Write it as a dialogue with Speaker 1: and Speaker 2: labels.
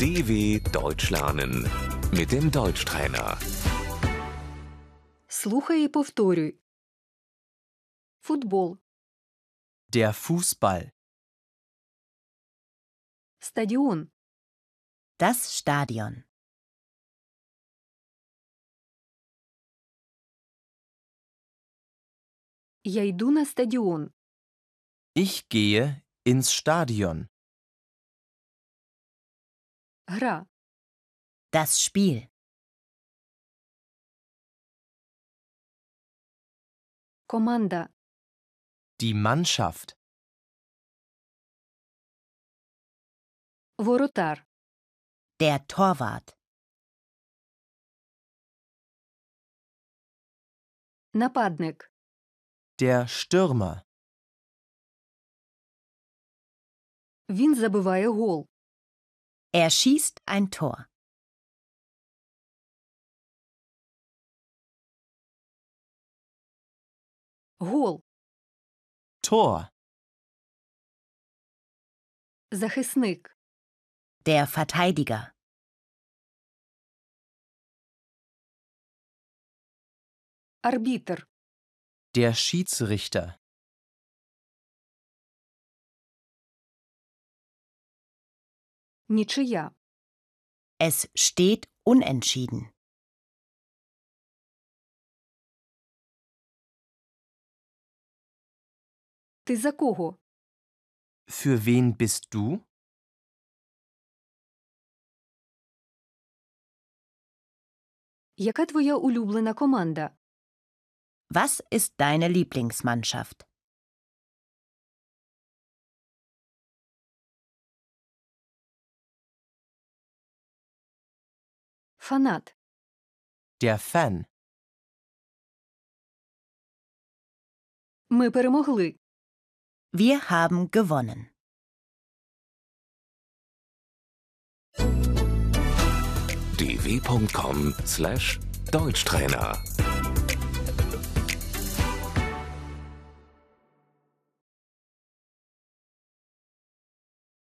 Speaker 1: DW Deutsch lernen mit dem Deutschtrainer.
Speaker 2: Слухай і повторюй. Футбол.
Speaker 3: Der Fußball.
Speaker 2: Стадіон.
Speaker 4: Das Stadion.
Speaker 2: Я йду на стадіон.
Speaker 3: Ich gehe ins Stadion.
Speaker 2: Гра.
Speaker 4: Das Spiel.
Speaker 2: Команда.
Speaker 3: Die Mannschaft.
Speaker 2: Воротар.
Speaker 4: Der Torwart.
Speaker 2: Нападник.
Speaker 3: Der Stürmer.
Speaker 2: Він забиває гол.
Speaker 4: Er schießt ein Tor.
Speaker 2: Гол.
Speaker 3: Tor.
Speaker 2: Захисник.
Speaker 4: Der Verteidiger.
Speaker 2: Арбітр.
Speaker 3: Der Schiedsrichter.
Speaker 2: Нічия.
Speaker 4: Es steht unentschieden.
Speaker 2: Ти за кого?
Speaker 3: Für wen bist du?
Speaker 2: Яка твоя улюблена команда?
Speaker 4: Was ist deine Lieblingsmannschaft?
Speaker 2: Фанат.
Speaker 3: Der Fan.
Speaker 2: Ми перемогли.
Speaker 4: Wir haben gewonnen.
Speaker 1: dw.com/deutschtrainer